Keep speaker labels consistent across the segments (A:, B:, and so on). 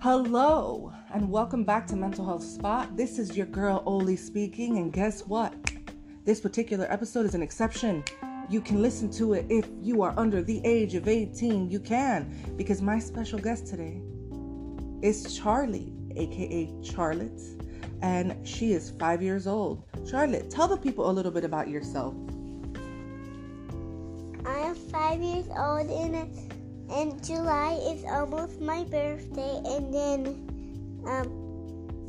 A: Hello, and welcome back to Mental Health Spot. This is your girl Oli speaking, and guess what? This particular episode is an exception. You can listen to it if you are under the age of 18. You can, because my special guest today is Charlie, aka Charlotte, and she is five years old. Charlotte, tell the people a little bit about yourself.
B: I'm five years old, and and July is almost my birthday. And then, um,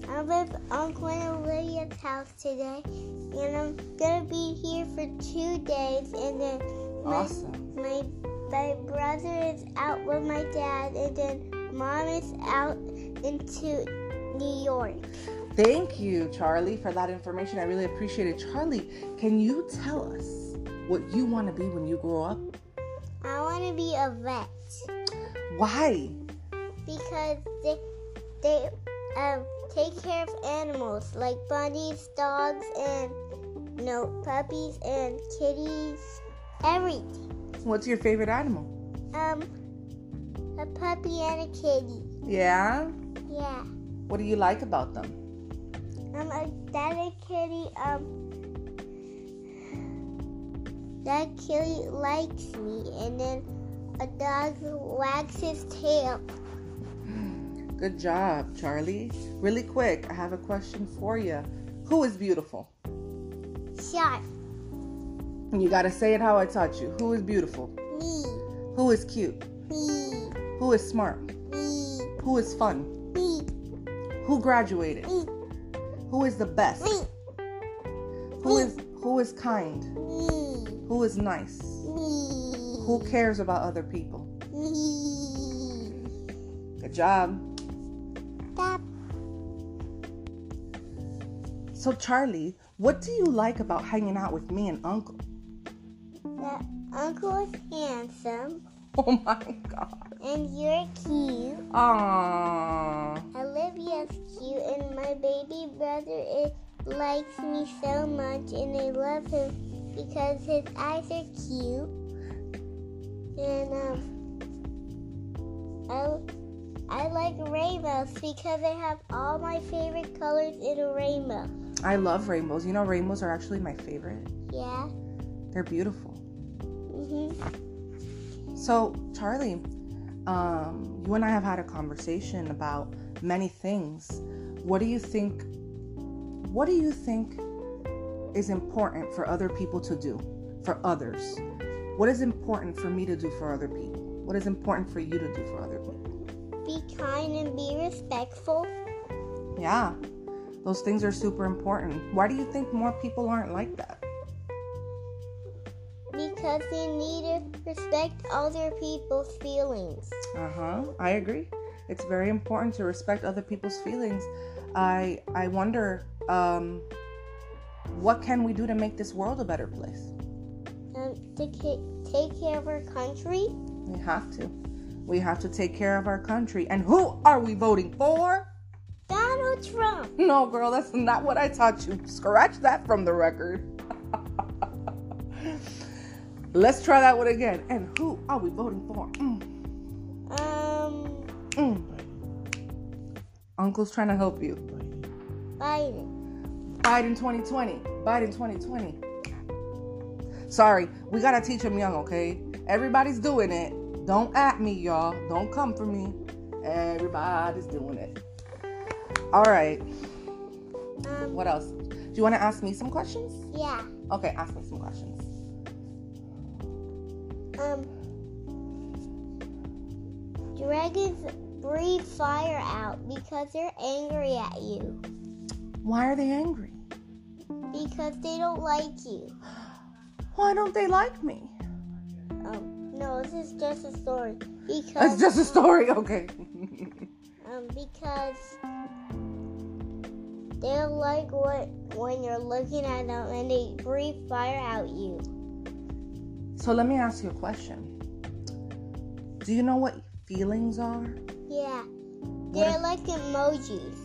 B: I'm with Uncle and Olivia's house today, and I'm gonna be here for two days. And then my
A: Awesome.
B: my my brother is out with my dad, and then mom is out into New York.
A: Thank you, Charlie, for that information. I really appreciate it. Charlie, can you tell us what you want to be when you grow up?
B: I want to be a vet
A: Why?
B: because they they um take care of animals like bunnies, dogs, and no puppies and kitties, everything.
A: What's your favorite animal?
B: Um, a puppy and a kitty.
A: Yeah.
B: Yeah.
A: What do you like about them?
B: Um, a that a kitty. Um. That kitty likes me, and then a dog wags his tail.
A: Good job, Charlie. Really quick, I have a question for you. Who is beautiful?
B: Sharp,
A: You got to say it how I taught you. Who is beautiful?
B: me,
A: Who is cute?
B: me,
A: Who is smart?
B: me,
A: Who is fun?
B: me,
A: Who graduated?
B: me,
A: Who is the best?
B: me.
A: Who is who is kind?
B: Me,
A: Who is nice?
B: me,
A: Who cares about other people?
B: me.
A: Good job.
B: Stop.
A: So, Charlie, what do you like about hanging out with me and Uncle?
B: The uncle is handsome,
A: Oh my God.
B: and you're cute.
A: Aww.
B: Olivia's cute, and my baby brother is, likes me so much, and I love him because his eyes are cute. And um, I I like rainbows because I have all my favorite colors in a rainbow.
A: I love rainbows. You know, rainbows are actually my favorite.
B: Yeah.
A: They're beautiful.
B: Mhm.
A: So, Charlie, um, you and I have had a conversation about many things. What do you think? What do you think is important for other people to do for others? What is important for me to do for other people? What is important for you to do for other people?
B: be kind and be respectful
A: Yeah, those things are super important. Why do you think more people aren't like that?
B: because they need to respect other people's feelings.
A: Uh huh. I agree. It's very important to respect other people's feelings. I I wonder um, what can we do to make this world a better place.
B: Um, to ca- take care of our country,
A: We have to. We have to take care of our country. And who are we voting for?
B: Donald Trump.
A: No, girl, that's not what I taught you. Scratch that from the record. Let's try that one again. And who are we voting for? Mm,
B: Um,
A: mm. Uncle's trying to help you.
B: Biden.
A: Biden 2020. Biden 2020. Sorry, we gotta teach them young, okay? Everybody's doing it. Don't at me, y'all. Don't come for me. Everybody's doing it. All right.
B: Um,
A: What else? Do you want to ask me some questions?
B: yeah.
A: Okay, ask me some questions.
B: Um, dragons breathe fire out because they're angry at you
A: Why are they angry?
B: because they don't like you.
A: Why don't they like me?
B: Um, no, this is just a story because
A: That's just a story. Okay.
B: Um, because they like what when you're looking at them and they breathe fire out you.
A: so let me ask you a question. Do you know what feelings are?
B: Yeah,
A: What
B: they're
A: are-
B: like emojis.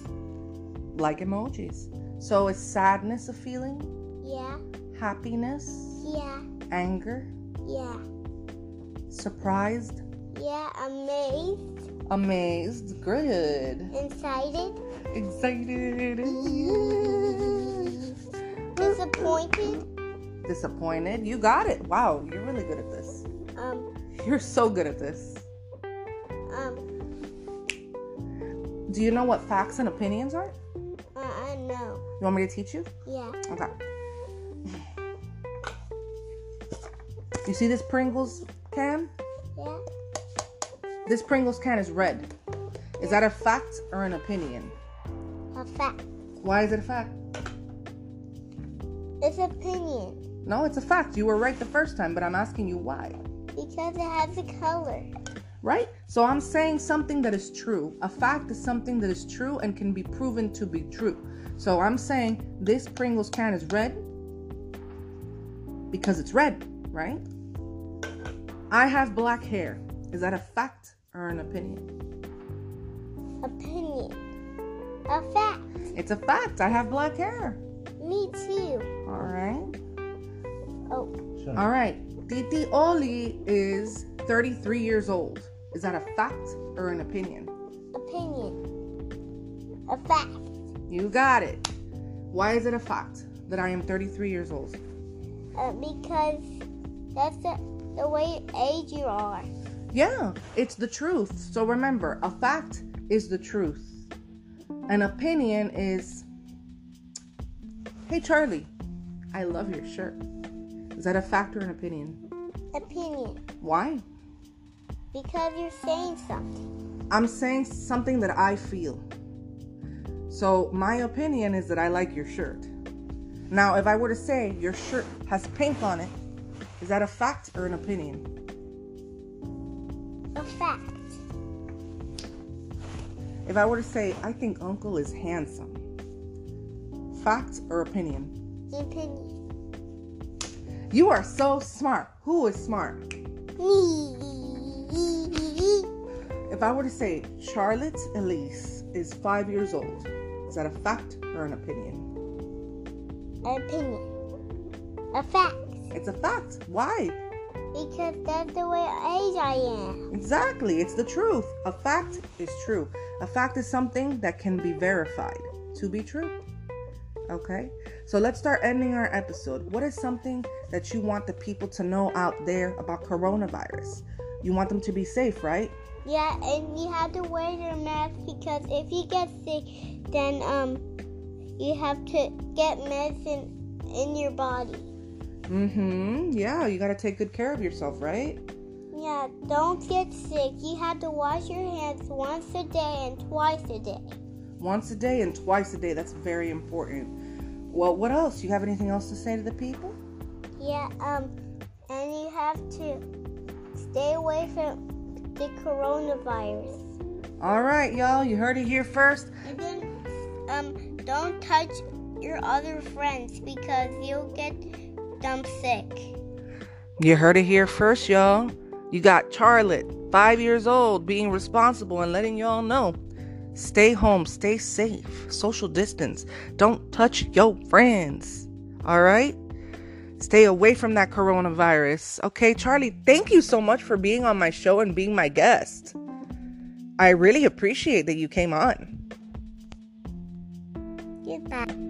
A: like emojis. So it's sadness, a feeling,
B: Yeah,
A: happiness,
B: yeah,
A: anger,
B: yeah,
A: surprised,
B: yeah. Amazed,
A: Amazed. Good.
B: Excited?
A: Excited.
B: Disappointed?
A: Disappointed. You got it. Wow, you're really good at this.
B: Um,
A: You're so good at this.
B: um,
A: Do you know what facts and opinions are?
B: uh, uh, no.
A: You want me to teach you?
B: Yeah.
A: Okay. You see this Pringles can?
B: Yeah?
A: This Pringles can is red. Is that a fact or an opinion?
B: A fact.
A: Why is it a fact?
B: It's opinion.
A: No, it's a fact. You were right the first time, but I'm asking you why.
B: Because it has a color.
A: Right? So I'm saying something that is true. A fact is something that is true and can be proven to be true. So I'm saying this Pringles can is red because it's red, right? I have black hair. Is that a fact or an opinion?
B: Opinion. A fact.
A: It's a fact. I have black hair.
B: Me too.
A: All right.
B: Oh,
A: All right. Titi Oli is 33 years old. Is that a fact or an opinion?
B: opinion. A fact.
A: You got it. Why is it a fact that I am 33 years old?
B: Uh, because that's the, the way age you are.
A: Yeah, it's the truth. So remember, a fact is the truth. An opinion is Hey Charlie, I love your shirt. Is that a fact or an opinion?
B: Opinion.
A: Why?
B: Because you're saying something.
A: I'm saying something that I feel. So my opinion is that I like your shirt. Now, if I were to say your shirt has pink on it, is that a fact or an opinion?
B: A fact.
A: If I were to say I think uncle is handsome, fact or opinion?
B: Opinion.
A: You are so smart. Who is smart? If I were to say Charlotte Elise is 5 years old, is that a fact or an opinion?
B: Opinion. A fact.
A: It's a fact. Why?
B: Because that's the way age I am.
A: Exactly, it's the truth. A fact is true. A fact is something that can be verified to be true. Okay, so let's start ending our episode. What is something that you want the people to know out there about coronavirus? You want them to be safe, right?
B: Yeah, and you have to wear your mask because if you get sick, then um, you have to get medicine in your body.
A: Mm hmm. Yeah, you got to take good care of yourself, right?
B: Yeah, don't get sick. You have to wash your hands once a day and twice a day.
A: Once a day and twice a day. That's very important. Well, what else? You have anything else to say to the people?
B: Yeah, um, and you have to stay away from the coronavirus.
A: All right, y'all, you heard it here first.
B: And then, um, don't touch your other friends because you'll get them sick.
A: You heard it here first, y'all. You got Charlotte, five years old, being responsible and letting y'all know. Stay home, stay safe, social distance. Don't touch your friends. All right? Stay away from that coronavirus. Okay, Charlie, thank you so much for being on my show and being my guest. I really appreciate that you came on.
B: Goodbye.